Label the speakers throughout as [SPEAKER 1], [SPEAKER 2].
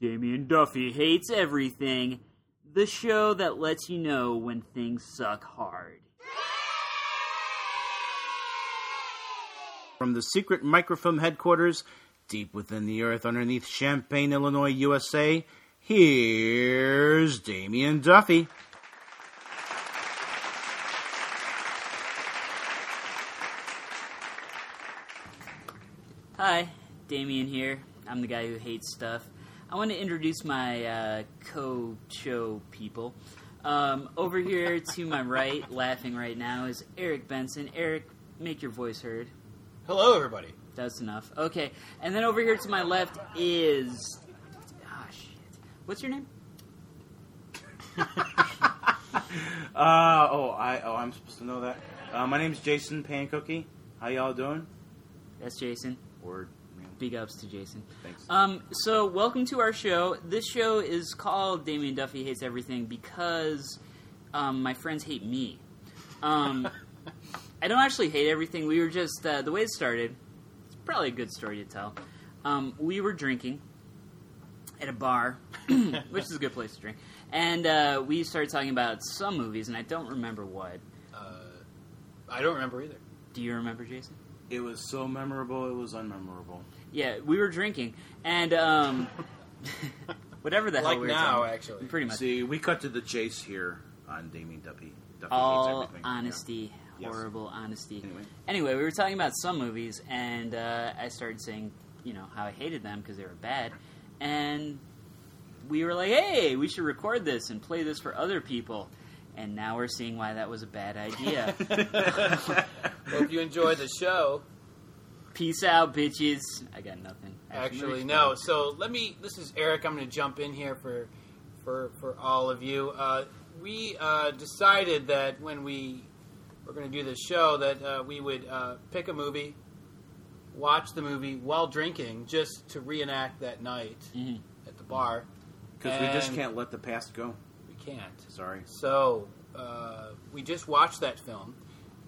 [SPEAKER 1] and Duffy Hates Everything, the show that lets you know when things suck hard.
[SPEAKER 2] From the secret microfilm headquarters, deep within the earth underneath Champaign, Illinois, USA, here's Damien Duffy.
[SPEAKER 1] Hi, Damien here. I'm the guy who hates stuff. I want to introduce my uh, co show people. Um, over here to my right, laughing right now, is Eric Benson. Eric, make your voice heard.
[SPEAKER 3] Hello, everybody.
[SPEAKER 1] That's enough. Okay, and then over here to my left is. Ah, shit. What's your name?
[SPEAKER 2] Uh, oh, I, oh, I'm supposed to know that. Uh, my name's Jason Pancookie. How y'all doing?
[SPEAKER 1] That's Jason.
[SPEAKER 2] Word. man,
[SPEAKER 1] Big ups to Jason.
[SPEAKER 2] Thanks.
[SPEAKER 1] Um, so welcome to our show. This show is called Damien Duffy Hates Everything because um, my friends hate me. Um, I don't actually hate everything. We were just uh, the way it started. It's probably a good story to tell. Um, we were drinking at a bar, which is a good place to drink, and uh, we started talking about some movies, and I don't remember what.
[SPEAKER 3] Uh, I don't remember either.
[SPEAKER 1] Do you remember, Jason?
[SPEAKER 2] It was so memorable, it was unmemorable.
[SPEAKER 1] Yeah, we were drinking, and um, whatever the hell
[SPEAKER 3] like
[SPEAKER 1] we were
[SPEAKER 3] now,
[SPEAKER 1] talking-
[SPEAKER 3] actually.
[SPEAKER 1] pretty much.
[SPEAKER 2] See, we cut to the chase here on Damien Duffy. Duffy hates
[SPEAKER 1] all
[SPEAKER 2] everything. Yeah.
[SPEAKER 1] honesty,
[SPEAKER 2] Yes.
[SPEAKER 1] horrible honesty.
[SPEAKER 2] Anyway.
[SPEAKER 1] Anyway, we were talking about some movies, and uh, I started saying, you know, how I hated them because they were bad, and we were like, hey, we should record this and play this for other people, and now we're seeing why that was a bad idea.
[SPEAKER 3] Well, if you enjoyed the show,
[SPEAKER 1] Peace out, bitches. I got nothing.
[SPEAKER 3] actually, no. So let me. This is Eric. I'm going to jump in here for for for all of you. Uh, we uh, decided that when we were going to do this show, that uh, we would uh, pick a movie, watch the movie while drinking, just to reenact that night
[SPEAKER 1] Mhm.
[SPEAKER 3] at the bar.
[SPEAKER 2] Because we just
[SPEAKER 3] And-
[SPEAKER 2] can't let the past go.
[SPEAKER 3] We can't.
[SPEAKER 2] Sorry.
[SPEAKER 3] So uh, we just watched that film,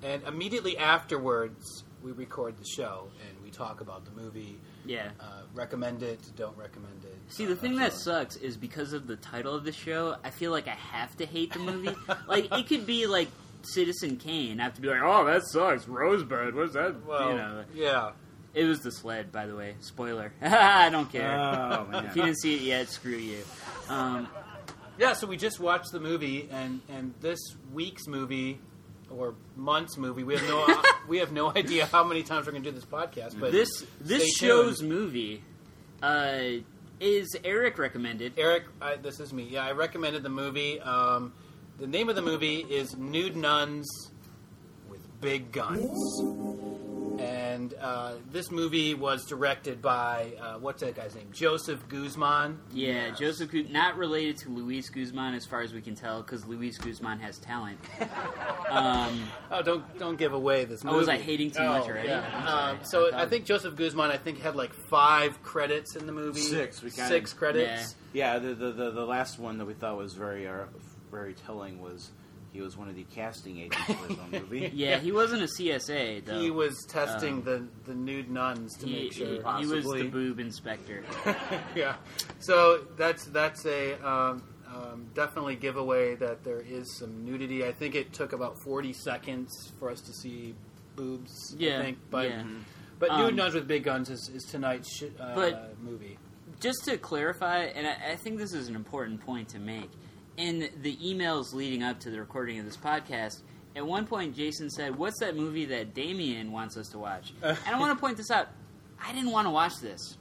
[SPEAKER 3] and immediately afterwards, we record the show and we talk about the movie,
[SPEAKER 1] Yeah.
[SPEAKER 3] uh, recommend it, don't recommend it.
[SPEAKER 1] See, the
[SPEAKER 3] uh,
[SPEAKER 1] thing that
[SPEAKER 3] so-
[SPEAKER 1] sucks is because of the title of the show, I feel like I have to hate the movie. like, it could be like Citizen Kane. I have to be like, oh, that sucks. Rosebud, what's that?
[SPEAKER 3] Well,
[SPEAKER 1] you know,
[SPEAKER 3] yeah,
[SPEAKER 1] it was the sled, by the way. Spoiler. I don't care.
[SPEAKER 3] Uh,
[SPEAKER 2] Oh,
[SPEAKER 1] if you
[SPEAKER 2] man.
[SPEAKER 1] didn't see it yet, screw you. Um,
[SPEAKER 3] yeah. So we just watched the movie, and and this week's movie or month's movie, we have no we have no idea how many times we're going to do this podcast, but
[SPEAKER 1] this this
[SPEAKER 3] stay
[SPEAKER 1] show's
[SPEAKER 3] tuned.
[SPEAKER 1] movie uh, is Eric recommended.
[SPEAKER 3] Eric, I, this is me. Yeah, I recommended the movie. Um, the name of the movie is Nude Nuns with Big Guns. And uh, this movie was directed by, uh, what's that guy's name? Joseph Guzman.
[SPEAKER 1] Yeah, Joseph, Gu- not related to Luis Guzman as far as we can tell, because Luis Guzman has talent. um,
[SPEAKER 3] Oh, don't don't give away this
[SPEAKER 1] Oh,
[SPEAKER 3] movie.
[SPEAKER 1] was I hating too much already? I'm sorry.
[SPEAKER 3] Um, so
[SPEAKER 1] I
[SPEAKER 3] I think Joseph Guzman, I think, had like five credits in the movie.
[SPEAKER 2] Six, we counted.
[SPEAKER 3] Six credits.
[SPEAKER 2] Yeah, the, the, the, the last one that we thought was very uh, very telling was he was one of the casting agents for his own movie.
[SPEAKER 1] Yeah, he wasn't a CSA though.
[SPEAKER 3] He was testing
[SPEAKER 1] Um,
[SPEAKER 3] the, the nude nuns to
[SPEAKER 1] He-
[SPEAKER 3] make sure.
[SPEAKER 1] he- he was the
[SPEAKER 2] possibly.
[SPEAKER 1] boob inspector.
[SPEAKER 3] yeah. So that's that's a um, um, definitely giveaway that there is some nudity. I think it took about forty seconds for us to see boobs.
[SPEAKER 1] Yeah,
[SPEAKER 3] I think, but
[SPEAKER 1] yeah.
[SPEAKER 3] but
[SPEAKER 1] Um,
[SPEAKER 3] nude nuns with big guns is, is tonight's sh- uh,
[SPEAKER 1] But-
[SPEAKER 3] movie.
[SPEAKER 1] Just to clarify, and I, I think this is an important point to make. In the emails leading up to the recording of this podcast, at one point Jason said, "What's that movie that Damien wants us to watch?" and I want to point this out. I didn't want to watch this.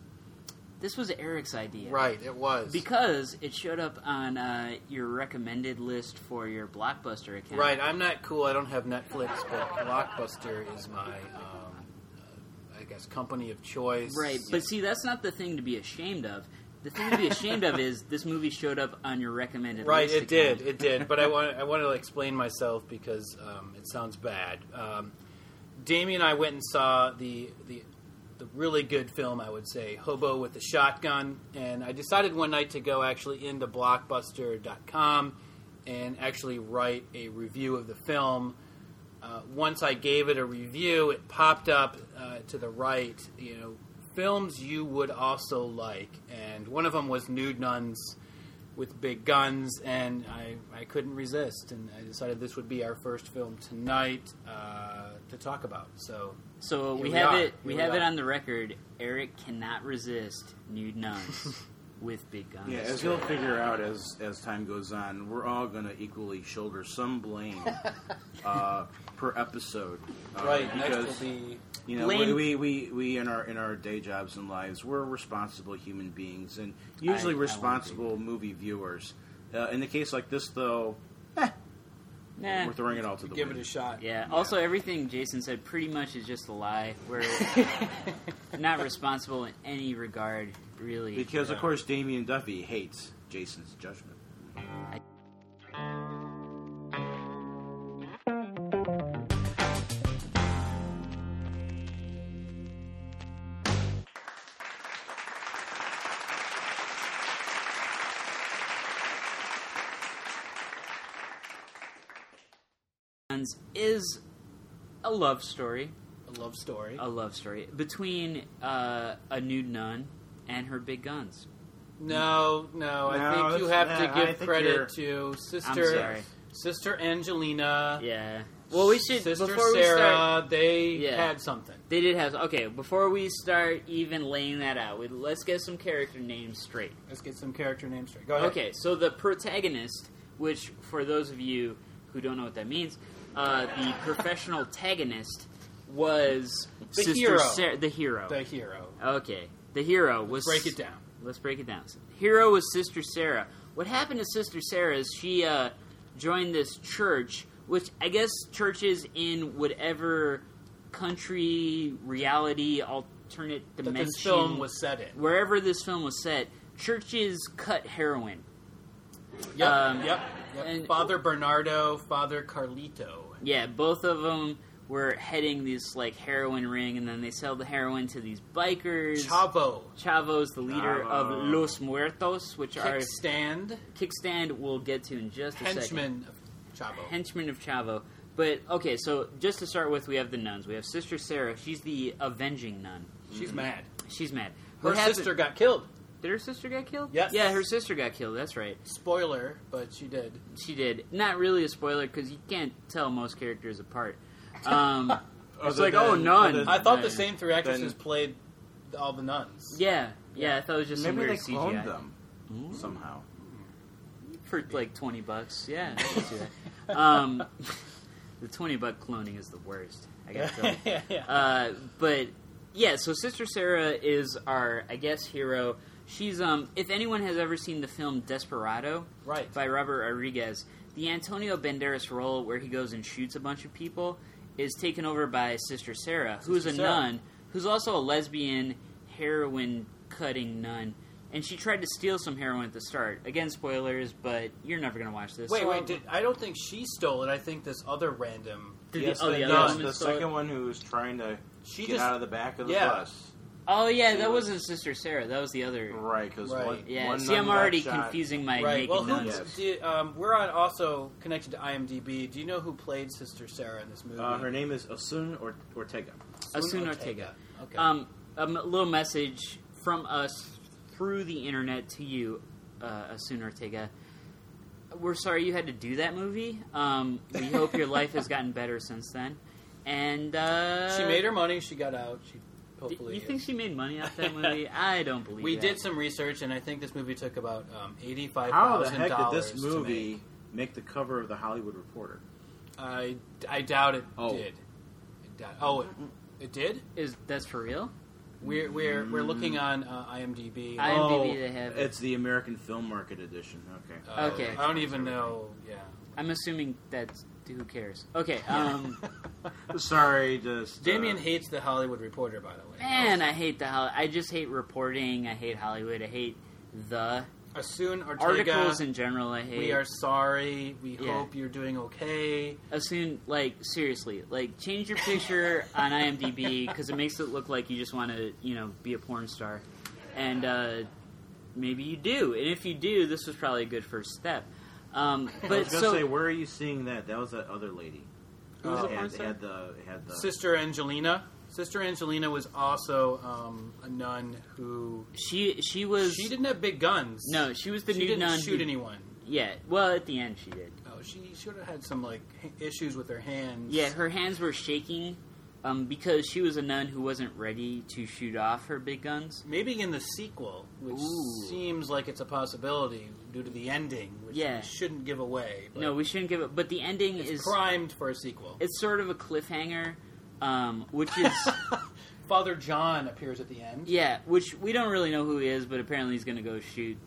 [SPEAKER 1] This was Eric's idea.
[SPEAKER 3] Right, it was
[SPEAKER 1] Because it showed up on uh, your recommended list for your Blockbuster account.
[SPEAKER 3] right. I'm not cool. I don't have Netflix, but Blockbuster is my. Um, I guess company of choice.
[SPEAKER 1] Right, but see, that's not the thing to be ashamed of. The thing to be ashamed of is this movie showed up on your recommended
[SPEAKER 3] Right,
[SPEAKER 1] list.
[SPEAKER 3] it
[SPEAKER 1] account.
[SPEAKER 3] did, it did. But I want I wanted to explain myself because um, it sounds bad. Um, Damien and I went and saw the the the really good film, I would say, Hobo with a Shotgun, and I decided one night to go actually into Blockbuster.com and actually write a review of the film. Uh, once I gave it a review, it popped up uh, to the right, you know, films you would also like, and one of them was Nude Nuns with Big Guns, and I, I couldn't resist, and I decided this would be our first film tonight uh, to talk about. So
[SPEAKER 1] So
[SPEAKER 3] Here
[SPEAKER 1] we
[SPEAKER 3] we
[SPEAKER 1] have
[SPEAKER 3] are.
[SPEAKER 1] it. We,
[SPEAKER 3] Here we
[SPEAKER 1] have it
[SPEAKER 3] are.
[SPEAKER 1] on the record. Eric cannot resist nude nuns with big guns.
[SPEAKER 2] Yeah, as you'll figure out as as time goes on, we're all going to equally shoulder some blame uh, per episode. Uh,
[SPEAKER 3] right
[SPEAKER 2] because
[SPEAKER 3] next will be
[SPEAKER 2] you know
[SPEAKER 1] Blame-
[SPEAKER 2] we, we, we, we in our in our day jobs and lives, we're responsible human beings and usually
[SPEAKER 1] I won't
[SPEAKER 2] responsible movie viewers. Uh, in the case like this, though,
[SPEAKER 1] Nah.
[SPEAKER 2] we're throwing it all to the
[SPEAKER 3] give it
[SPEAKER 2] wind.
[SPEAKER 3] a shot.
[SPEAKER 1] Yeah. Also, everything Jason said pretty much is just a lie. We're not responsible in any regard, really.
[SPEAKER 2] because of
[SPEAKER 3] Yeah.
[SPEAKER 2] course Damien Duffy hates Jason's judgment.
[SPEAKER 1] Guns is a love story.
[SPEAKER 3] a love story.
[SPEAKER 1] A love story between uh, a nude nun and her big guns.
[SPEAKER 3] No, no, I
[SPEAKER 2] No,
[SPEAKER 3] think you
[SPEAKER 2] it's-
[SPEAKER 3] have
[SPEAKER 2] yeah, I
[SPEAKER 3] to give
[SPEAKER 2] think
[SPEAKER 3] credit to sister
[SPEAKER 1] sorry.
[SPEAKER 3] sister Angelina.
[SPEAKER 1] Yeah. Well, we should
[SPEAKER 3] sister
[SPEAKER 1] before
[SPEAKER 3] Sarah.
[SPEAKER 1] we start.
[SPEAKER 3] They
[SPEAKER 1] Yeah.
[SPEAKER 3] had something.
[SPEAKER 1] They did have okay. Before we start even laying that out, we, let's get some character names straight.
[SPEAKER 3] Let's get some character names straight. Go ahead.
[SPEAKER 1] Okay, so the protagonist, which for those of you who don't know what that means, uh, the professional tagonist was
[SPEAKER 3] The
[SPEAKER 1] Sister
[SPEAKER 3] hero.
[SPEAKER 1] Sarah, the hero.
[SPEAKER 3] the hero.
[SPEAKER 1] okay, the hero was.
[SPEAKER 3] Break it down.
[SPEAKER 1] Let's break it down. So, hero was Sister Sarah. What happened to Sister Sarah is she uh, joined this church, which I guess churches in whatever country, reality, alternate
[SPEAKER 3] That
[SPEAKER 1] dimension
[SPEAKER 3] this film was set in.
[SPEAKER 1] wherever this film was set, churches cut heroin.
[SPEAKER 3] Yep.
[SPEAKER 1] Um,
[SPEAKER 3] yep. yep.
[SPEAKER 1] and-
[SPEAKER 3] Father Bernardo, Father Carlito.
[SPEAKER 1] Yeah, both of them were heading this like heroin ring, and then they sell the heroin to these bikers.
[SPEAKER 3] Chavo.
[SPEAKER 1] Chavo's the leader
[SPEAKER 2] Chavo.
[SPEAKER 1] of Los Muertos, which are
[SPEAKER 3] Kickstand.
[SPEAKER 1] kickstand. We'll get to in just a second.
[SPEAKER 3] Henchman of Chavo.
[SPEAKER 1] Henchman of Chavo. But okay, so just to start with, we have the nuns. We have Sister Sarah. She's the avenging nun.
[SPEAKER 3] She's mad.
[SPEAKER 1] She's mad.
[SPEAKER 3] Her
[SPEAKER 1] What happened-
[SPEAKER 3] sister got killed.
[SPEAKER 1] Did her sister get killed?
[SPEAKER 3] Yes.
[SPEAKER 1] Yeah, her sister got killed. That's right.
[SPEAKER 3] Spoiler, but she did.
[SPEAKER 1] She did. Not really a spoiler because you can't tell most characters apart. Um, it's
[SPEAKER 2] Other
[SPEAKER 1] like,
[SPEAKER 2] than-
[SPEAKER 1] oh, none.
[SPEAKER 2] other than-
[SPEAKER 3] I thought the
[SPEAKER 1] Then-
[SPEAKER 3] same three actresses
[SPEAKER 2] then-
[SPEAKER 3] played all the nuns.
[SPEAKER 1] Yeah, yeah. I thought it was just some
[SPEAKER 2] Maybe
[SPEAKER 1] weird
[SPEAKER 2] they
[SPEAKER 1] CGI
[SPEAKER 2] cloned them somehow.
[SPEAKER 1] for like twenty bucks. Yeah, I can see that. Um, the twenty buck cloning is the worst. I gotta tell you.
[SPEAKER 3] yeah, yeah.
[SPEAKER 1] Uh, but yeah, so Sister Sarah is our, I guess, hero. She's um, if anyone has ever seen the film Desperado,
[SPEAKER 3] Right.
[SPEAKER 1] by Robert Rodriguez, the Antonio Banderas role where he goes and shoots a bunch of people is taken over by Sister Sarah, who's
[SPEAKER 3] Sister
[SPEAKER 1] a
[SPEAKER 3] Sarah.
[SPEAKER 1] nun, who's also a lesbian heroin cutting nun. And she tried to steal some heroin at the start. Again, spoilers, but you're never gonna watch this.
[SPEAKER 3] Wait,
[SPEAKER 1] so-
[SPEAKER 3] wait. Did, I don't think she stole it. I think this other random.
[SPEAKER 1] Did
[SPEAKER 2] yes,
[SPEAKER 1] the, oh,
[SPEAKER 2] the,
[SPEAKER 1] the
[SPEAKER 2] yes,
[SPEAKER 1] other woman
[SPEAKER 2] the
[SPEAKER 1] stole it?
[SPEAKER 2] second one who was trying to
[SPEAKER 3] She
[SPEAKER 2] get
[SPEAKER 3] just-
[SPEAKER 2] out of the back of the
[SPEAKER 3] yeah.
[SPEAKER 2] bus.
[SPEAKER 1] Oh yeah,
[SPEAKER 2] She
[SPEAKER 1] that
[SPEAKER 2] was-
[SPEAKER 1] wasn't Sister Sarah. That was the other.
[SPEAKER 2] Right, because
[SPEAKER 3] Right.
[SPEAKER 2] one,
[SPEAKER 1] Yeah,
[SPEAKER 2] one
[SPEAKER 1] see, I'm
[SPEAKER 2] nun got
[SPEAKER 1] already
[SPEAKER 2] shot.
[SPEAKER 1] confusing my
[SPEAKER 3] right.
[SPEAKER 1] naked
[SPEAKER 3] Well, who?
[SPEAKER 1] nuns.
[SPEAKER 2] Yes.
[SPEAKER 3] Do, um, we're on also connected to IMDb. Do you know who played Sister Sarah in this movie?
[SPEAKER 2] Uh, her name is Asun or- Ortega.
[SPEAKER 1] Asun Ortega.
[SPEAKER 3] Okay.
[SPEAKER 1] Um, a m- little message from us through the internet to you, uh, Asun Ortega. We're sorry you had to do that movie. Um, we hope your life has gotten better since then. And uh,
[SPEAKER 3] she made her money. She got out. She
[SPEAKER 1] Do
[SPEAKER 3] hopefully.
[SPEAKER 1] you think
[SPEAKER 3] is-
[SPEAKER 1] she made money off that movie? I don't believe
[SPEAKER 3] we
[SPEAKER 1] that.
[SPEAKER 3] did some research, and I think this movie took about um, eighty-five
[SPEAKER 2] How the
[SPEAKER 3] thousand
[SPEAKER 2] heck
[SPEAKER 3] dollars.
[SPEAKER 2] did this
[SPEAKER 3] to
[SPEAKER 2] movie
[SPEAKER 3] make.
[SPEAKER 2] make. the cover of the Hollywood Reporter?
[SPEAKER 3] I I doubt it
[SPEAKER 2] Oh.
[SPEAKER 3] did. I doubt, oh, it, it did.
[SPEAKER 1] Is that's for real?
[SPEAKER 3] We're we're we're looking on uh, IMDb.
[SPEAKER 1] I-
[SPEAKER 2] Oh,
[SPEAKER 1] IMDb they have it.
[SPEAKER 2] it's the American Film Market edition. Okay.
[SPEAKER 3] Uh,
[SPEAKER 1] okay. Uh,
[SPEAKER 3] I don't even know. Yeah.
[SPEAKER 1] I'm assuming that's who cares. Okay. Um,
[SPEAKER 2] Sorry, just uh,
[SPEAKER 3] Damien hates the Hollywood Reporter, by the way.
[SPEAKER 1] man, I hate the. Hol- I just hate reporting. I hate Hollywood. I hate the
[SPEAKER 3] Asun Ortega.
[SPEAKER 1] articles in general. I hate.
[SPEAKER 3] we are sorry. We
[SPEAKER 1] Yeah.
[SPEAKER 3] hope you're doing okay.
[SPEAKER 1] assume like seriously like change your picture on imdb because it makes it look like you just want to you know be a porn star and uh, maybe you do and if you do this was probably a good first step um,
[SPEAKER 2] I
[SPEAKER 1] but
[SPEAKER 2] was gonna
[SPEAKER 1] so
[SPEAKER 2] say, where are you seeing that? That was that other lady.
[SPEAKER 1] Who was
[SPEAKER 2] Uh,
[SPEAKER 1] the porn
[SPEAKER 2] had,
[SPEAKER 1] star?
[SPEAKER 2] had the had the
[SPEAKER 3] Sister Angelina. Sister Angelina was also um, a nun who
[SPEAKER 1] She she was
[SPEAKER 3] she didn't have big guns.
[SPEAKER 1] no she was the
[SPEAKER 3] she
[SPEAKER 1] new
[SPEAKER 3] didn't
[SPEAKER 1] nun.
[SPEAKER 3] shoot
[SPEAKER 1] who-
[SPEAKER 3] anyone.
[SPEAKER 1] Yeah, well at the end she did.
[SPEAKER 3] Oh, she should have had some like h- issues with her hands.
[SPEAKER 1] Yeah, her hands were shaking um, because she was a nun who wasn't ready to shoot off her big guns.
[SPEAKER 3] Maybe in the sequel, which
[SPEAKER 1] Ooh.
[SPEAKER 3] seems like it's a possibility due to the ending, which
[SPEAKER 1] Yeah.
[SPEAKER 3] we shouldn't give away. But
[SPEAKER 1] No, we shouldn't give it. But the ending
[SPEAKER 3] it's
[SPEAKER 1] is
[SPEAKER 3] primed for a sequel.
[SPEAKER 1] it's sort of a cliffhanger, um, which is
[SPEAKER 3] Father John appears at the end.
[SPEAKER 1] yeah, which we don't really know who he is, but apparently he's going to go shoot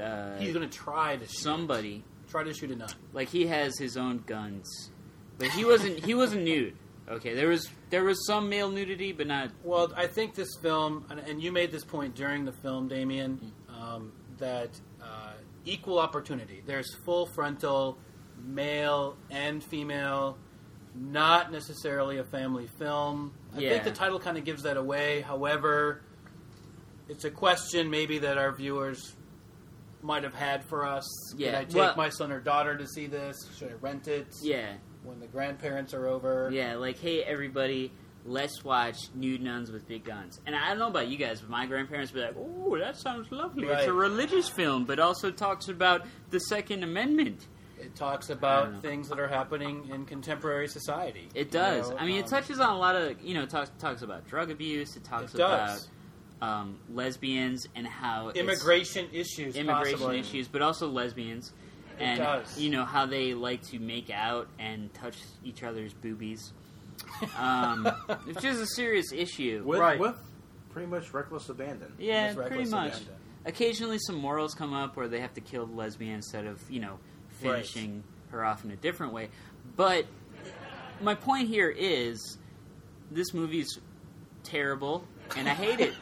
[SPEAKER 1] uh,
[SPEAKER 3] He's going to try to shoot,
[SPEAKER 1] somebody.
[SPEAKER 3] try to shoot a nun.
[SPEAKER 1] Like he has his own guns, but he wasn't he wasn't nude. Okay, there was there was some male nudity, but not
[SPEAKER 3] Well, I think this film, and, and you made this point during the film, Damien, um, that uh, equal opportunity. There's full frontal, male and female, not necessarily a family film. I
[SPEAKER 1] Yeah.
[SPEAKER 3] think the title kind of gives that away. However, it's a question maybe that our viewers might have had for us. Did
[SPEAKER 1] Yeah,
[SPEAKER 3] I take
[SPEAKER 1] well-
[SPEAKER 3] my son or daughter to see this? Should I rent it
[SPEAKER 1] yeah.
[SPEAKER 3] when the grandparents are over?
[SPEAKER 1] Yeah, like, hey, everybody, let's watch nude nuns with big guns. And I don't know about you guys, but my grandparents would be like, oh, that sounds lovely. It's a
[SPEAKER 3] Right.
[SPEAKER 1] religious film, but also talks about the Second Amendment.
[SPEAKER 3] It talks
[SPEAKER 1] I don't know.
[SPEAKER 3] about things that are happening in contemporary society.
[SPEAKER 1] It
[SPEAKER 3] You
[SPEAKER 1] does.
[SPEAKER 3] know,
[SPEAKER 1] I mean,
[SPEAKER 3] um,
[SPEAKER 1] it touches on a lot of, you know, it talks, talks about drug abuse, it talks
[SPEAKER 3] It does.
[SPEAKER 1] about um, lesbians and how it's-
[SPEAKER 3] immigration issues.
[SPEAKER 1] immigration
[SPEAKER 3] possibly.
[SPEAKER 1] issues, but also lesbians.
[SPEAKER 3] It
[SPEAKER 1] And
[SPEAKER 3] does.
[SPEAKER 1] you know how they like to make out and touch each other's boobies, um, which is a serious issue.
[SPEAKER 2] With,
[SPEAKER 3] Right.
[SPEAKER 2] with pretty much reckless abandon.
[SPEAKER 1] Yeah,
[SPEAKER 3] It's reckless
[SPEAKER 1] pretty much.
[SPEAKER 3] agenda.
[SPEAKER 1] Occasionally, some morals come up where they have to kill the lesbian instead of you know
[SPEAKER 3] Right.
[SPEAKER 1] finishing her off in a different way. But my point here is, this movie's terrible, and I hate it.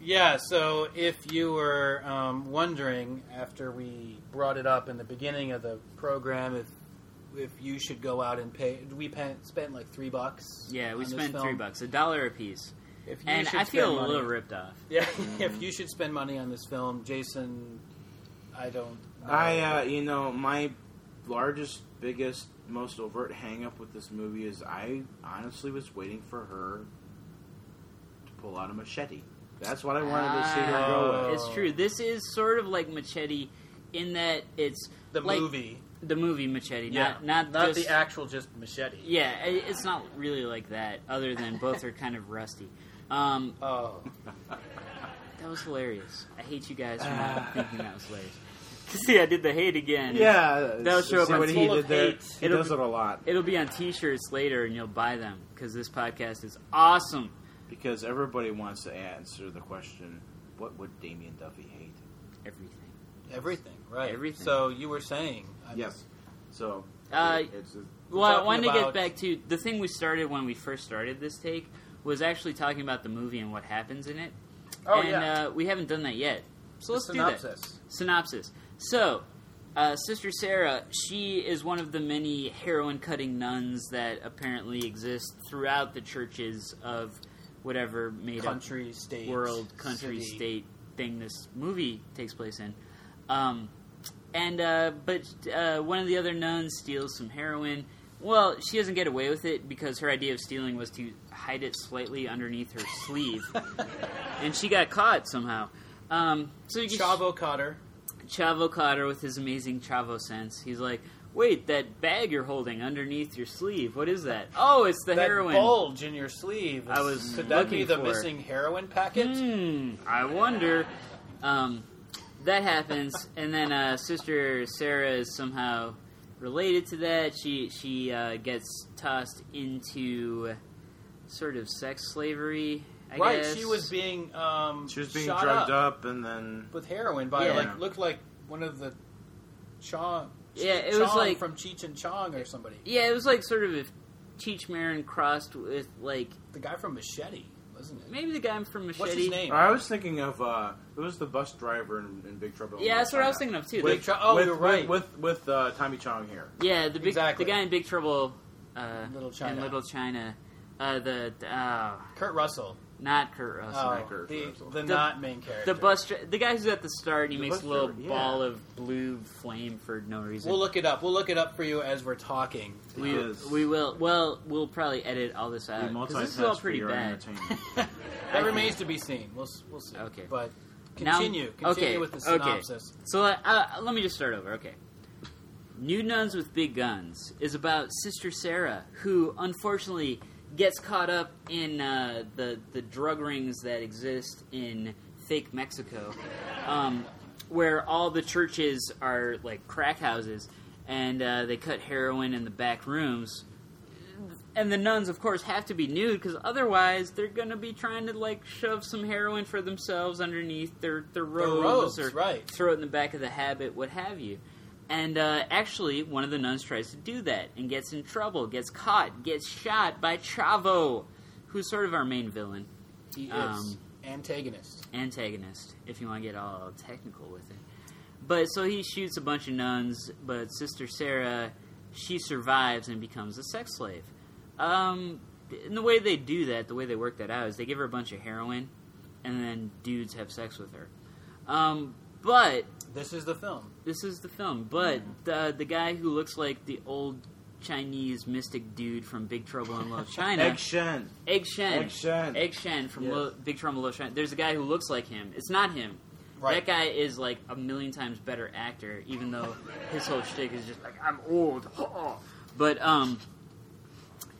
[SPEAKER 3] Yeah. So if you were um, wondering after we brought it up in the beginning of the program, if if you should go out and pay, we pa spent like three bucks.
[SPEAKER 1] yeah, we
[SPEAKER 3] on this
[SPEAKER 1] spent
[SPEAKER 3] film.
[SPEAKER 1] three bucks, a dollar a piece,
[SPEAKER 3] If you
[SPEAKER 1] and
[SPEAKER 3] should
[SPEAKER 1] I feel
[SPEAKER 3] spend
[SPEAKER 1] a
[SPEAKER 3] money-
[SPEAKER 1] little Mm-hmm. ripped off.
[SPEAKER 3] Yeah. if you should spend money on this film, Jason, I don't. know.
[SPEAKER 2] I, uh, you know, my largest, biggest, most overt hang up with this movie is I honestly was waiting for her to pull out a machete. That's what I wanted to see her go
[SPEAKER 1] Ah,
[SPEAKER 2] with.
[SPEAKER 1] It's true. This is sort of like Machete in that it's
[SPEAKER 3] the
[SPEAKER 1] like-
[SPEAKER 3] movie.
[SPEAKER 1] the movie Machete, not not, just,
[SPEAKER 3] the actual just machete.
[SPEAKER 1] Yeah, i- it's not really like that. Other than both are kind of rusty. Um,
[SPEAKER 3] Oh,
[SPEAKER 1] that was hilarious. I hate you guys for
[SPEAKER 3] Ah.
[SPEAKER 1] not thinking that was hilarious. See, I did the hate again.
[SPEAKER 2] Yeah,
[SPEAKER 1] That'll show up
[SPEAKER 2] see
[SPEAKER 1] on
[SPEAKER 2] what he
[SPEAKER 1] Full
[SPEAKER 2] did
[SPEAKER 1] of
[SPEAKER 2] there.
[SPEAKER 1] Hate.
[SPEAKER 2] He
[SPEAKER 1] It'll
[SPEAKER 2] does
[SPEAKER 1] be-
[SPEAKER 2] it a lot
[SPEAKER 1] It'll be on T-shirts later, and you'll buy them because this podcast is awesome.
[SPEAKER 2] because everybody wants to answer the question: What would Damien Duffy hate?
[SPEAKER 1] Everything.
[SPEAKER 3] everything, right?
[SPEAKER 1] Everything.
[SPEAKER 3] So you were saying, I
[SPEAKER 2] Yes, so
[SPEAKER 1] Uh,
[SPEAKER 2] it's a,
[SPEAKER 1] Well, I
[SPEAKER 3] talking
[SPEAKER 1] wanted to get
[SPEAKER 3] about-
[SPEAKER 1] back to the thing we started when we first started this take was actually talking about the movie and what happens in it.
[SPEAKER 3] Oh,
[SPEAKER 1] and
[SPEAKER 3] yeah.
[SPEAKER 1] uh, we haven't done that yet. So let's do that.
[SPEAKER 3] synopsis.
[SPEAKER 1] synopsis. So, uh, Sister Sarah, she is one of the many heroin cutting nuns that apparently exist throughout the churches of whatever made
[SPEAKER 3] Country, state,
[SPEAKER 1] up world, country,
[SPEAKER 3] city.
[SPEAKER 1] state thing this movie takes place in. Um, and uh, but uh, one of the other nuns steals some heroin. Well, she doesn't get away with it because her idea of stealing was to hide it slightly underneath her sleeve, and she got caught somehow. Um, so you
[SPEAKER 3] Chavo Cotter.
[SPEAKER 1] Chavo Cotter with his amazing Chavo sense. He's like, wait, that bag you're holding underneath your sleeve, what is that? Oh, it's the
[SPEAKER 3] That
[SPEAKER 1] heroin.
[SPEAKER 3] bulge in your sleeve.
[SPEAKER 1] I was
[SPEAKER 3] Could that
[SPEAKER 1] looking
[SPEAKER 3] be the
[SPEAKER 1] for.
[SPEAKER 3] missing heroin packet?
[SPEAKER 1] Hmm, I wonder. Um, that happens, and then uh, Sister Sarah is somehow related to that. She she uh, gets tossed into sort of sex slavery. I
[SPEAKER 3] right.
[SPEAKER 1] guess.
[SPEAKER 3] She was being um,
[SPEAKER 2] she was being
[SPEAKER 3] shot
[SPEAKER 2] drugged up. and then
[SPEAKER 3] with heroin by
[SPEAKER 1] Yeah.
[SPEAKER 3] like looked like one of the Chong.
[SPEAKER 1] Yeah, it
[SPEAKER 3] Chong
[SPEAKER 1] was like-
[SPEAKER 3] from Cheech and Chong or somebody.
[SPEAKER 1] yeah, it was like sort of if Cheech Marin crossed with like
[SPEAKER 3] The guy from Machete, wasn't it?
[SPEAKER 1] maybe the guy from Machete.
[SPEAKER 3] What's his name?
[SPEAKER 2] I was thinking of uh, who was the bus driver in, in Big Trouble? in
[SPEAKER 1] Yeah,
[SPEAKER 2] Little
[SPEAKER 1] that's what I was
[SPEAKER 2] China?
[SPEAKER 1] thinking of too.
[SPEAKER 3] Wait,
[SPEAKER 1] The-
[SPEAKER 3] Big Trou- oh,
[SPEAKER 2] with,
[SPEAKER 3] you're right.
[SPEAKER 2] With with, with uh, Tommy Chong here.
[SPEAKER 1] Yeah, the big
[SPEAKER 3] Exactly.
[SPEAKER 1] the guy in Big Trouble, uh,
[SPEAKER 3] Little China.
[SPEAKER 1] in Little China, uh, the the- oh,
[SPEAKER 3] Kurt Russell.
[SPEAKER 1] Not Kurt Russell.
[SPEAKER 3] Oh,
[SPEAKER 2] Snicker,
[SPEAKER 3] the,
[SPEAKER 2] Russell.
[SPEAKER 3] the
[SPEAKER 1] The-
[SPEAKER 3] not main character.
[SPEAKER 1] The bus, dri- the guy who's at the start, and he
[SPEAKER 2] The
[SPEAKER 1] makes
[SPEAKER 2] bus
[SPEAKER 1] a little
[SPEAKER 2] driver, yeah.
[SPEAKER 1] ball of blue flame for no reason.
[SPEAKER 3] We'll look it up. We'll look it up for you as we're talking.
[SPEAKER 1] we,
[SPEAKER 2] Yes.
[SPEAKER 1] we will. Well, we'll probably edit all this
[SPEAKER 2] We
[SPEAKER 1] out 'cause
[SPEAKER 2] multitask
[SPEAKER 1] this is all
[SPEAKER 2] for
[SPEAKER 1] pretty
[SPEAKER 2] your
[SPEAKER 1] bad.
[SPEAKER 2] entertainment.
[SPEAKER 3] That remains to be seen. We'll s- we'll see.
[SPEAKER 1] Okay.
[SPEAKER 3] but
[SPEAKER 1] Now-
[SPEAKER 3] continue. Continue
[SPEAKER 1] okay,
[SPEAKER 3] with the
[SPEAKER 1] okay.
[SPEAKER 3] synopsis.
[SPEAKER 1] So uh, uh, let me just start over. Okay. New Nuns with Big Guns is about Sister Sarah, who unfortunately gets caught up in uh, the the drug rings that exist in fake Mexico, um, where all the churches are like crack houses, and uh, they cut heroin in the back rooms. And the nuns, of course, have to be nude because otherwise they're going to be trying to like shove some heroin for themselves underneath their their robes,
[SPEAKER 3] robes,
[SPEAKER 1] or
[SPEAKER 3] right.
[SPEAKER 1] throw it in the back of the habit, what have you. And uh, actually, one of the nuns tries to do that and gets in trouble, gets caught, gets shot by Chavo, who's sort of our main villain,
[SPEAKER 3] He is
[SPEAKER 1] Um,
[SPEAKER 3] antagonist.
[SPEAKER 1] antagonist, if you want to get all technical with it. But so he shoots a bunch of nuns, but Sister Sarah, she survives and becomes a sex slave. Um, and the way they do that, the way they work that out, is they give her a bunch of heroin, and then dudes have sex with her. Um, but
[SPEAKER 3] This is the film.
[SPEAKER 1] this is the film, but the the guy who looks like the old Chinese mystic dude from Big Trouble in Little China,
[SPEAKER 2] Egg Shen.
[SPEAKER 1] Egg Shen,
[SPEAKER 2] Egg Shen.
[SPEAKER 1] Egg Shen from
[SPEAKER 2] Yes.
[SPEAKER 1] Lo- Big Trouble in Little China. There's a guy who looks like him. It's not him.
[SPEAKER 3] Right.
[SPEAKER 1] That guy is like a million times better actor, even though his whole shtick is just like I'm old. But um,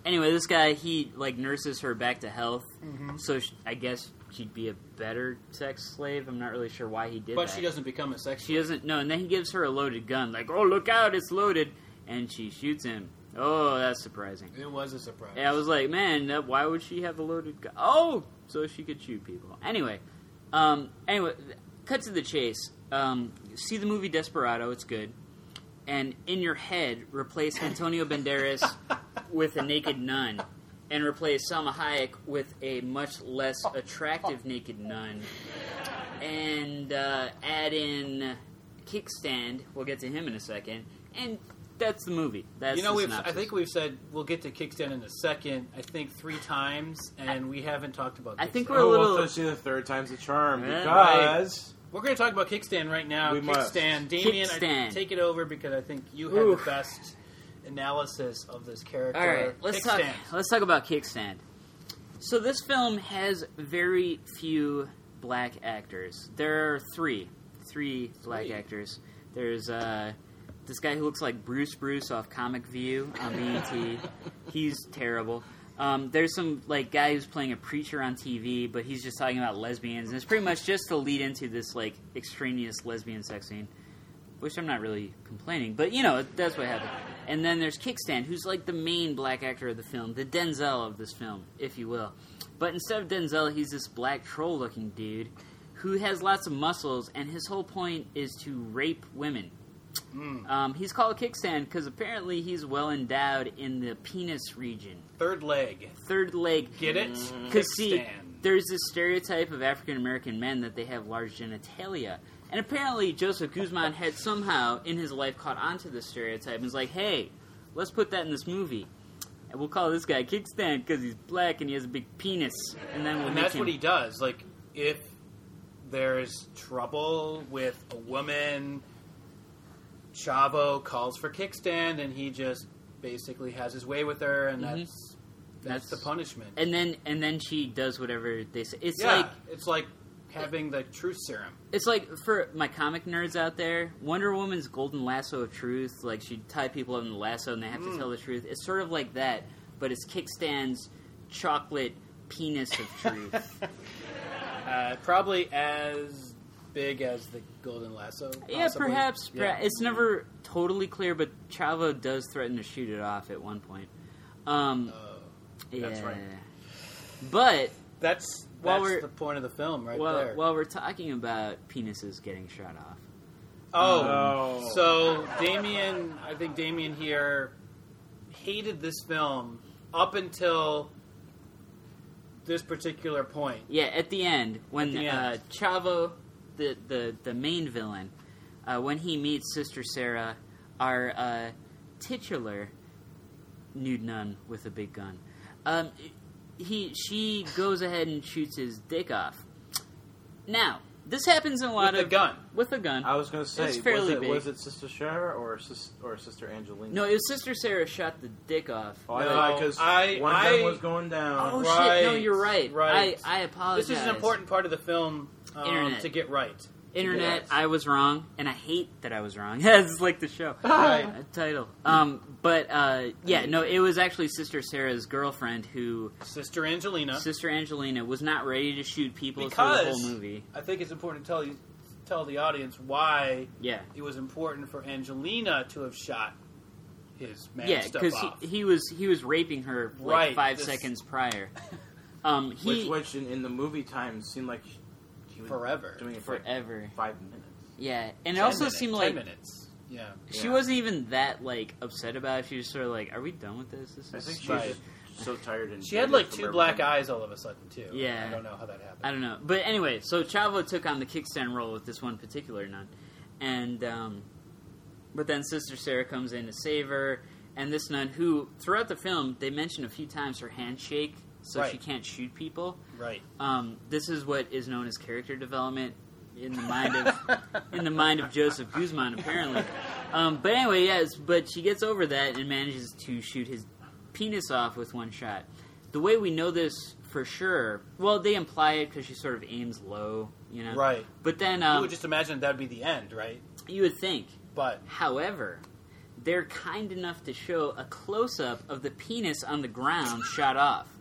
[SPEAKER 1] anyway, this guy he like nurses her back to health,
[SPEAKER 3] Mm-hmm.
[SPEAKER 1] so sh I guess she'd be a better sex slave. I'm not really sure why he did
[SPEAKER 3] but
[SPEAKER 1] that.
[SPEAKER 3] she doesn't become a sex.
[SPEAKER 1] She doesn't know, and then he gives her a loaded gun, like, "Oh, look out, it's loaded," and she shoots him. Oh, that's surprising.
[SPEAKER 3] It was a surprise.
[SPEAKER 1] And I was like, "Man, that, why would she have a loaded gun?" Oh, so she could shoot people. Anyway, um, anyway, th- cut to the chase. Um, see the movie Desperado; it's good. And in your head, replace Antonio Banderas with a naked nun, and replace Salma Hayek with a much less attractive naked nun and uh, add in Kickstand. We'll get to him in a second. And that's the movie. That's
[SPEAKER 3] you know,
[SPEAKER 1] the
[SPEAKER 3] we've, I
[SPEAKER 1] synopsis.
[SPEAKER 3] think we've said we'll get to Kickstand in a second. I think three times, and we haven't talked about.
[SPEAKER 1] I think
[SPEAKER 3] Kickstand.
[SPEAKER 1] we're a
[SPEAKER 2] Oh,
[SPEAKER 1] little-
[SPEAKER 2] well, see the third time's the charm
[SPEAKER 1] Yeah.
[SPEAKER 2] because
[SPEAKER 3] We're going to talk about Kickstand right now.
[SPEAKER 2] We must.
[SPEAKER 3] Kickstand, Damien, I
[SPEAKER 1] Kickstand.
[SPEAKER 3] take it over because I think you have
[SPEAKER 1] Oof.
[SPEAKER 3] the best analysis of this character.
[SPEAKER 1] All right, let's talk.
[SPEAKER 3] Kickstand.
[SPEAKER 1] Let's talk about Kickstand. So this film has very few black actors. There are three, three black
[SPEAKER 3] Three.
[SPEAKER 1] actors. There's uh, this guy who looks like Bruce Bruce off Comic View on BET. he's terrible. Um, there's some like guy who's playing a preacher on TV, but he's just talking about lesbians, and it's pretty much just to lead into this like extraneous lesbian sex scene which I'm not really complaining, but you know that's what happened. And then there's Kickstand, who's like the main black actor of the film, the Denzel of this film, if you will. But instead of Denzel, he's this black troll-looking dude who has lots of muscles, and his whole point is to rape women. Um, he's called Kickstand because apparently he's well endowed in the penis region,
[SPEAKER 3] Third leg.
[SPEAKER 1] third leg.
[SPEAKER 3] Get it?
[SPEAKER 1] Because Mm. see,
[SPEAKER 3] Kickstand.
[SPEAKER 1] there's this stereotype of African American men that they have large genitalia, and apparently Joseph Guzman had somehow in his life caught onto this stereotype and was like, "Hey, let's put that in this movie, and we'll call this guy Kickstand because he's black and he has a big penis, and then we'll
[SPEAKER 3] And
[SPEAKER 1] make
[SPEAKER 3] that's
[SPEAKER 1] him."
[SPEAKER 3] what he does. Like, if there's trouble with a woman, Chavo calls for Kickstand, and he just basically has his way with her, and
[SPEAKER 1] Mhm.
[SPEAKER 3] that's, that's
[SPEAKER 1] That's-
[SPEAKER 3] the punishment.
[SPEAKER 1] and then and then she does whatever they say. It's
[SPEAKER 3] yeah,
[SPEAKER 1] like
[SPEAKER 3] it's like having the truth serum.
[SPEAKER 1] it's like for my comic nerds out there, Wonder Woman's golden lasso of truth, like she'd tie people up in the lasso and they have to
[SPEAKER 3] Mm.
[SPEAKER 1] tell the truth. It's sort of like that, but it's Kickstand's chocolate penis of truth.
[SPEAKER 3] Uh, probably as big as the Golden Lasso.
[SPEAKER 1] yeah,
[SPEAKER 3] possibly.
[SPEAKER 1] perhaps.
[SPEAKER 3] Yeah.
[SPEAKER 1] perha- It's never totally clear, but Chavo does threaten to shoot it off at one point. Um,
[SPEAKER 3] Oh.
[SPEAKER 1] yeah.
[SPEAKER 3] that's right.
[SPEAKER 1] But
[SPEAKER 3] that's
[SPEAKER 1] While
[SPEAKER 3] that's
[SPEAKER 1] we're-
[SPEAKER 3] the point of the film, right
[SPEAKER 1] while,
[SPEAKER 3] there.
[SPEAKER 1] while we're talking about penises getting shot off,
[SPEAKER 3] oh,
[SPEAKER 2] Oh.
[SPEAKER 3] so Damien, I think Damien here hated this film up until this particular point.
[SPEAKER 1] Yeah, at the end when
[SPEAKER 3] the
[SPEAKER 1] uh,
[SPEAKER 3] end.
[SPEAKER 1] Chavo, the, the the main villain, uh, when he meets Sister Sarah, our uh, titular nude nun with a big gun, um, he she goes ahead and shoots his dick off. Now, this happens in a lot
[SPEAKER 3] With a
[SPEAKER 1] of
[SPEAKER 3] gun.
[SPEAKER 1] With a gun.
[SPEAKER 2] I was going to say,
[SPEAKER 1] It's
[SPEAKER 2] was
[SPEAKER 1] fairly
[SPEAKER 2] it,
[SPEAKER 1] big.
[SPEAKER 2] was it Sister Sarah or Sis, or Sister Angelina?
[SPEAKER 1] no, his sister Sarah shot the dick off.
[SPEAKER 2] oh, I
[SPEAKER 3] No,
[SPEAKER 2] thought- 'cause
[SPEAKER 3] I-
[SPEAKER 2] one of
[SPEAKER 3] I-
[SPEAKER 2] them was going down.
[SPEAKER 1] Oh
[SPEAKER 3] Right,
[SPEAKER 1] shit! No, you're right.
[SPEAKER 3] right.
[SPEAKER 1] I I apologize.
[SPEAKER 3] This is an important part of the film um,
[SPEAKER 1] Internet.
[SPEAKER 3] to get right.
[SPEAKER 1] internet.
[SPEAKER 2] Yes.
[SPEAKER 1] I was wrong, and I hate that I was wrong. it's like the show
[SPEAKER 3] Right.
[SPEAKER 1] Uh, title. Um, but uh, yeah, no, it was actually Sister Sarah's girlfriend who
[SPEAKER 3] Sister Angelina.
[SPEAKER 1] Sister Angelina was not ready to shoot people
[SPEAKER 3] Because-
[SPEAKER 1] through the whole movie.
[SPEAKER 3] I think it's important to tell you, tell the audience why
[SPEAKER 1] Yeah.
[SPEAKER 3] it was important for Angelina to have shot his man
[SPEAKER 1] yeah,
[SPEAKER 3] stuff off.
[SPEAKER 1] he, he was he was raping her like
[SPEAKER 3] Right,
[SPEAKER 1] five
[SPEAKER 3] this-
[SPEAKER 1] seconds prior. Um, he
[SPEAKER 2] which, which in, in the movie time seemed like he was
[SPEAKER 3] Forever.
[SPEAKER 2] doing it for
[SPEAKER 1] forever.
[SPEAKER 2] five minutes.
[SPEAKER 1] Yeah, and it
[SPEAKER 3] Ten
[SPEAKER 1] also
[SPEAKER 3] minutes,
[SPEAKER 1] seemed
[SPEAKER 3] ten
[SPEAKER 1] like
[SPEAKER 3] minutes. Yeah,
[SPEAKER 1] she
[SPEAKER 2] Yeah.
[SPEAKER 1] wasn't even that like upset about it. She was sort of like, "Are we done with this? This
[SPEAKER 2] I
[SPEAKER 1] is
[SPEAKER 2] think she's
[SPEAKER 3] Right.
[SPEAKER 2] just so tired and
[SPEAKER 3] she had
[SPEAKER 2] dirty
[SPEAKER 3] like
[SPEAKER 2] from
[SPEAKER 3] two black
[SPEAKER 2] everything.
[SPEAKER 3] eyes all of a sudden too.
[SPEAKER 1] Yeah.
[SPEAKER 3] I don't know how that happened.
[SPEAKER 1] I don't know. But anyway, so Chavo took on the kickstand role with this one particular nun. And um, but then Sister Sarah comes in to save her, and this nun who throughout the film they mention a few times her handshake so she
[SPEAKER 3] Right.
[SPEAKER 1] can't shoot people.
[SPEAKER 3] Right.
[SPEAKER 1] Um, this is what is known as character development in the mind of in the mind of Joseph Guzman apparently. Um, but anyway, yes, but she gets over that and manages to shoot his penis off with one shot. The way we know this for sure, well, they imply it because she sort of aims low, you know.
[SPEAKER 3] Right.
[SPEAKER 1] But then
[SPEAKER 3] you
[SPEAKER 1] um,
[SPEAKER 3] would just imagine that would be the end, right?
[SPEAKER 1] you would think.
[SPEAKER 3] But
[SPEAKER 1] However, they're kind enough to show a close up of the penis on the ground shot off.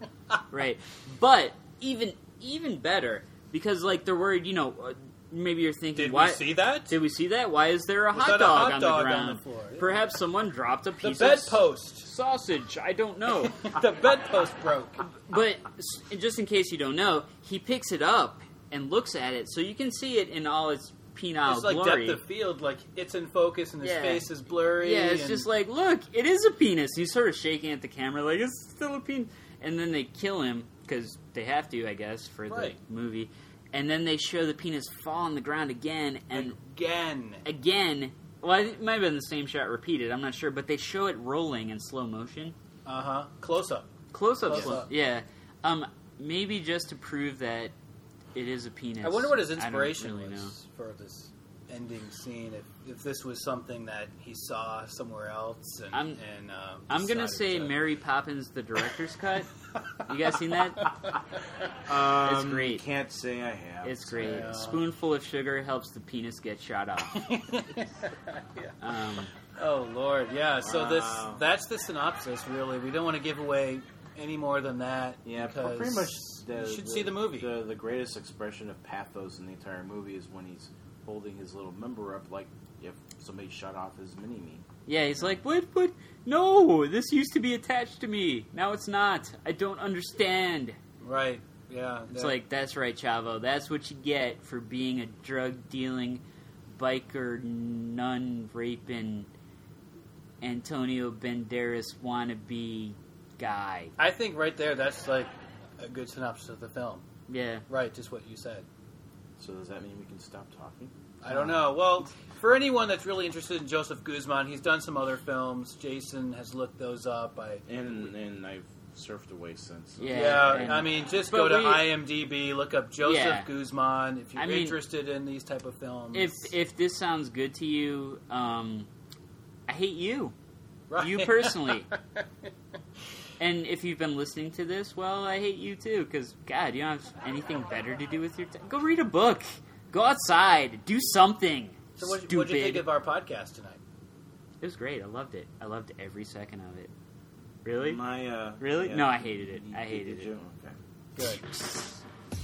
[SPEAKER 1] Right. But even even better because like they're worried, you know, uh, maybe you're thinking
[SPEAKER 3] did
[SPEAKER 1] why
[SPEAKER 3] we see that?
[SPEAKER 1] did we see that? Why is there a
[SPEAKER 3] Was
[SPEAKER 1] hot
[SPEAKER 3] that a
[SPEAKER 1] dog,
[SPEAKER 3] hot
[SPEAKER 1] on,
[SPEAKER 3] dog
[SPEAKER 1] the
[SPEAKER 3] on
[SPEAKER 1] ground?
[SPEAKER 3] the floor?
[SPEAKER 1] Perhaps someone dropped a
[SPEAKER 3] the
[SPEAKER 1] piece of
[SPEAKER 3] bedpost.
[SPEAKER 1] sausage. I don't know.
[SPEAKER 3] the bedpost broke.
[SPEAKER 1] but s- just in case you don't know, he picks it up and looks at it so you can see it in all its penile
[SPEAKER 3] It's like
[SPEAKER 1] glory.
[SPEAKER 3] depth of field. Like it's in focus and his
[SPEAKER 1] Yeah.
[SPEAKER 3] face is blurry.
[SPEAKER 1] Yeah, it's
[SPEAKER 3] and-
[SPEAKER 1] just like, look, it is a penis. He's sort of shaking at the camera, like it's still a penis. And then they kill him because they have to, I guess, for
[SPEAKER 3] Right.
[SPEAKER 1] the movie. And then they show the penis fall on the ground again and
[SPEAKER 3] again.
[SPEAKER 1] again. Well, it might have been the same shot repeated. I'm not sure, but they show it rolling in slow motion,
[SPEAKER 3] Uh huh. Close up.
[SPEAKER 1] close up,
[SPEAKER 3] Close
[SPEAKER 1] slow.
[SPEAKER 3] up.
[SPEAKER 1] Yeah, um, maybe just to prove that it is a penis.
[SPEAKER 3] I wonder what his
[SPEAKER 1] I don't
[SPEAKER 3] inspiration
[SPEAKER 1] really
[SPEAKER 3] was
[SPEAKER 1] know.
[SPEAKER 3] for this ending scene. If, if this was something that he saw somewhere else, and
[SPEAKER 1] I'm-
[SPEAKER 3] and, um,
[SPEAKER 1] I'm gonna
[SPEAKER 3] decided
[SPEAKER 1] say
[SPEAKER 3] to-
[SPEAKER 1] Mary Poppins, the director's cut. You guys seen that?
[SPEAKER 2] Um,
[SPEAKER 1] It's great.
[SPEAKER 2] Can't say I have.
[SPEAKER 1] It's great.
[SPEAKER 3] Yeah.
[SPEAKER 1] Spoonful of sugar helps the penis get shot off.
[SPEAKER 3] Yeah.
[SPEAKER 1] Um,
[SPEAKER 3] Oh Lord, yeah. So this
[SPEAKER 2] Wow.
[SPEAKER 3] that's the synopsis. Really, we don't want to give away any more than that.
[SPEAKER 2] Yeah, pr-
[SPEAKER 3] because
[SPEAKER 2] pretty much. The,
[SPEAKER 3] you should see the movie.
[SPEAKER 2] The, the greatest expression of pathos in the entire movie is when he's holding his little member up, like if somebody shut off his mini me.
[SPEAKER 1] yeah, he's like, what? What? No, this used to be attached to me. Now it's not. I don't understand.
[SPEAKER 3] right? Yeah.
[SPEAKER 1] It's
[SPEAKER 3] that-
[SPEAKER 1] like that's right, Chavo. That's what you get for being a drug dealing, biker, nun raping, Antonio Banderas wannabe guy.
[SPEAKER 3] I think right there, that's like a good synopsis of the film.
[SPEAKER 1] Yeah.
[SPEAKER 3] Right, just what you said.
[SPEAKER 2] So does that mean we can stop talking?
[SPEAKER 3] I don't know. Well, for anyone that's really interested in Joseph Guzman, he's done some other films. Jason has looked those up. I
[SPEAKER 2] And and I've surfed away since. so-
[SPEAKER 1] Yeah.
[SPEAKER 3] Yeah,
[SPEAKER 1] and-
[SPEAKER 3] I mean, just
[SPEAKER 1] But
[SPEAKER 3] go to
[SPEAKER 1] we-
[SPEAKER 3] IMDb, look up Joseph
[SPEAKER 1] Yeah.
[SPEAKER 3] Guzman if you're
[SPEAKER 1] I mean,
[SPEAKER 3] interested in these type of films.
[SPEAKER 1] If if this sounds good to you, um, I hate you.
[SPEAKER 3] Right.
[SPEAKER 1] you personally. And if you've been listening to this, well, I hate you too, because, God, you don't have anything better to do with your time. Go read a book. Go outside. Do something.
[SPEAKER 3] so what
[SPEAKER 1] Stupid.
[SPEAKER 3] what'd you think of our podcast tonight?
[SPEAKER 1] it was great. I loved it. I loved every second of it. Really?
[SPEAKER 2] My uh,
[SPEAKER 1] Really?
[SPEAKER 2] yeah.
[SPEAKER 1] No, I hated it.
[SPEAKER 2] You-
[SPEAKER 1] I
[SPEAKER 2] you-
[SPEAKER 1] hated
[SPEAKER 2] did
[SPEAKER 1] it.
[SPEAKER 2] you? Okay.
[SPEAKER 3] Good.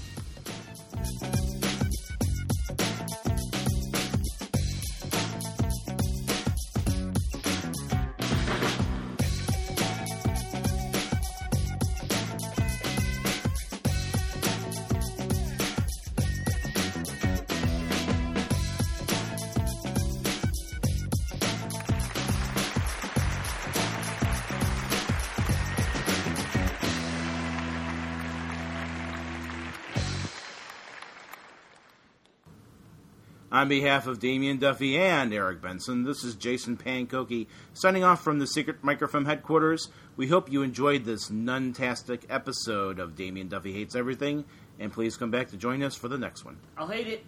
[SPEAKER 2] On behalf of Damian Duffy and Eric Benson, this is Jason Pankoki signing off from the Secret Microfilm headquarters. We hope you enjoyed this nuntastic episode of Damian Duffy Hates Everything, and please come back to join us for the next one.
[SPEAKER 1] I'll hate it.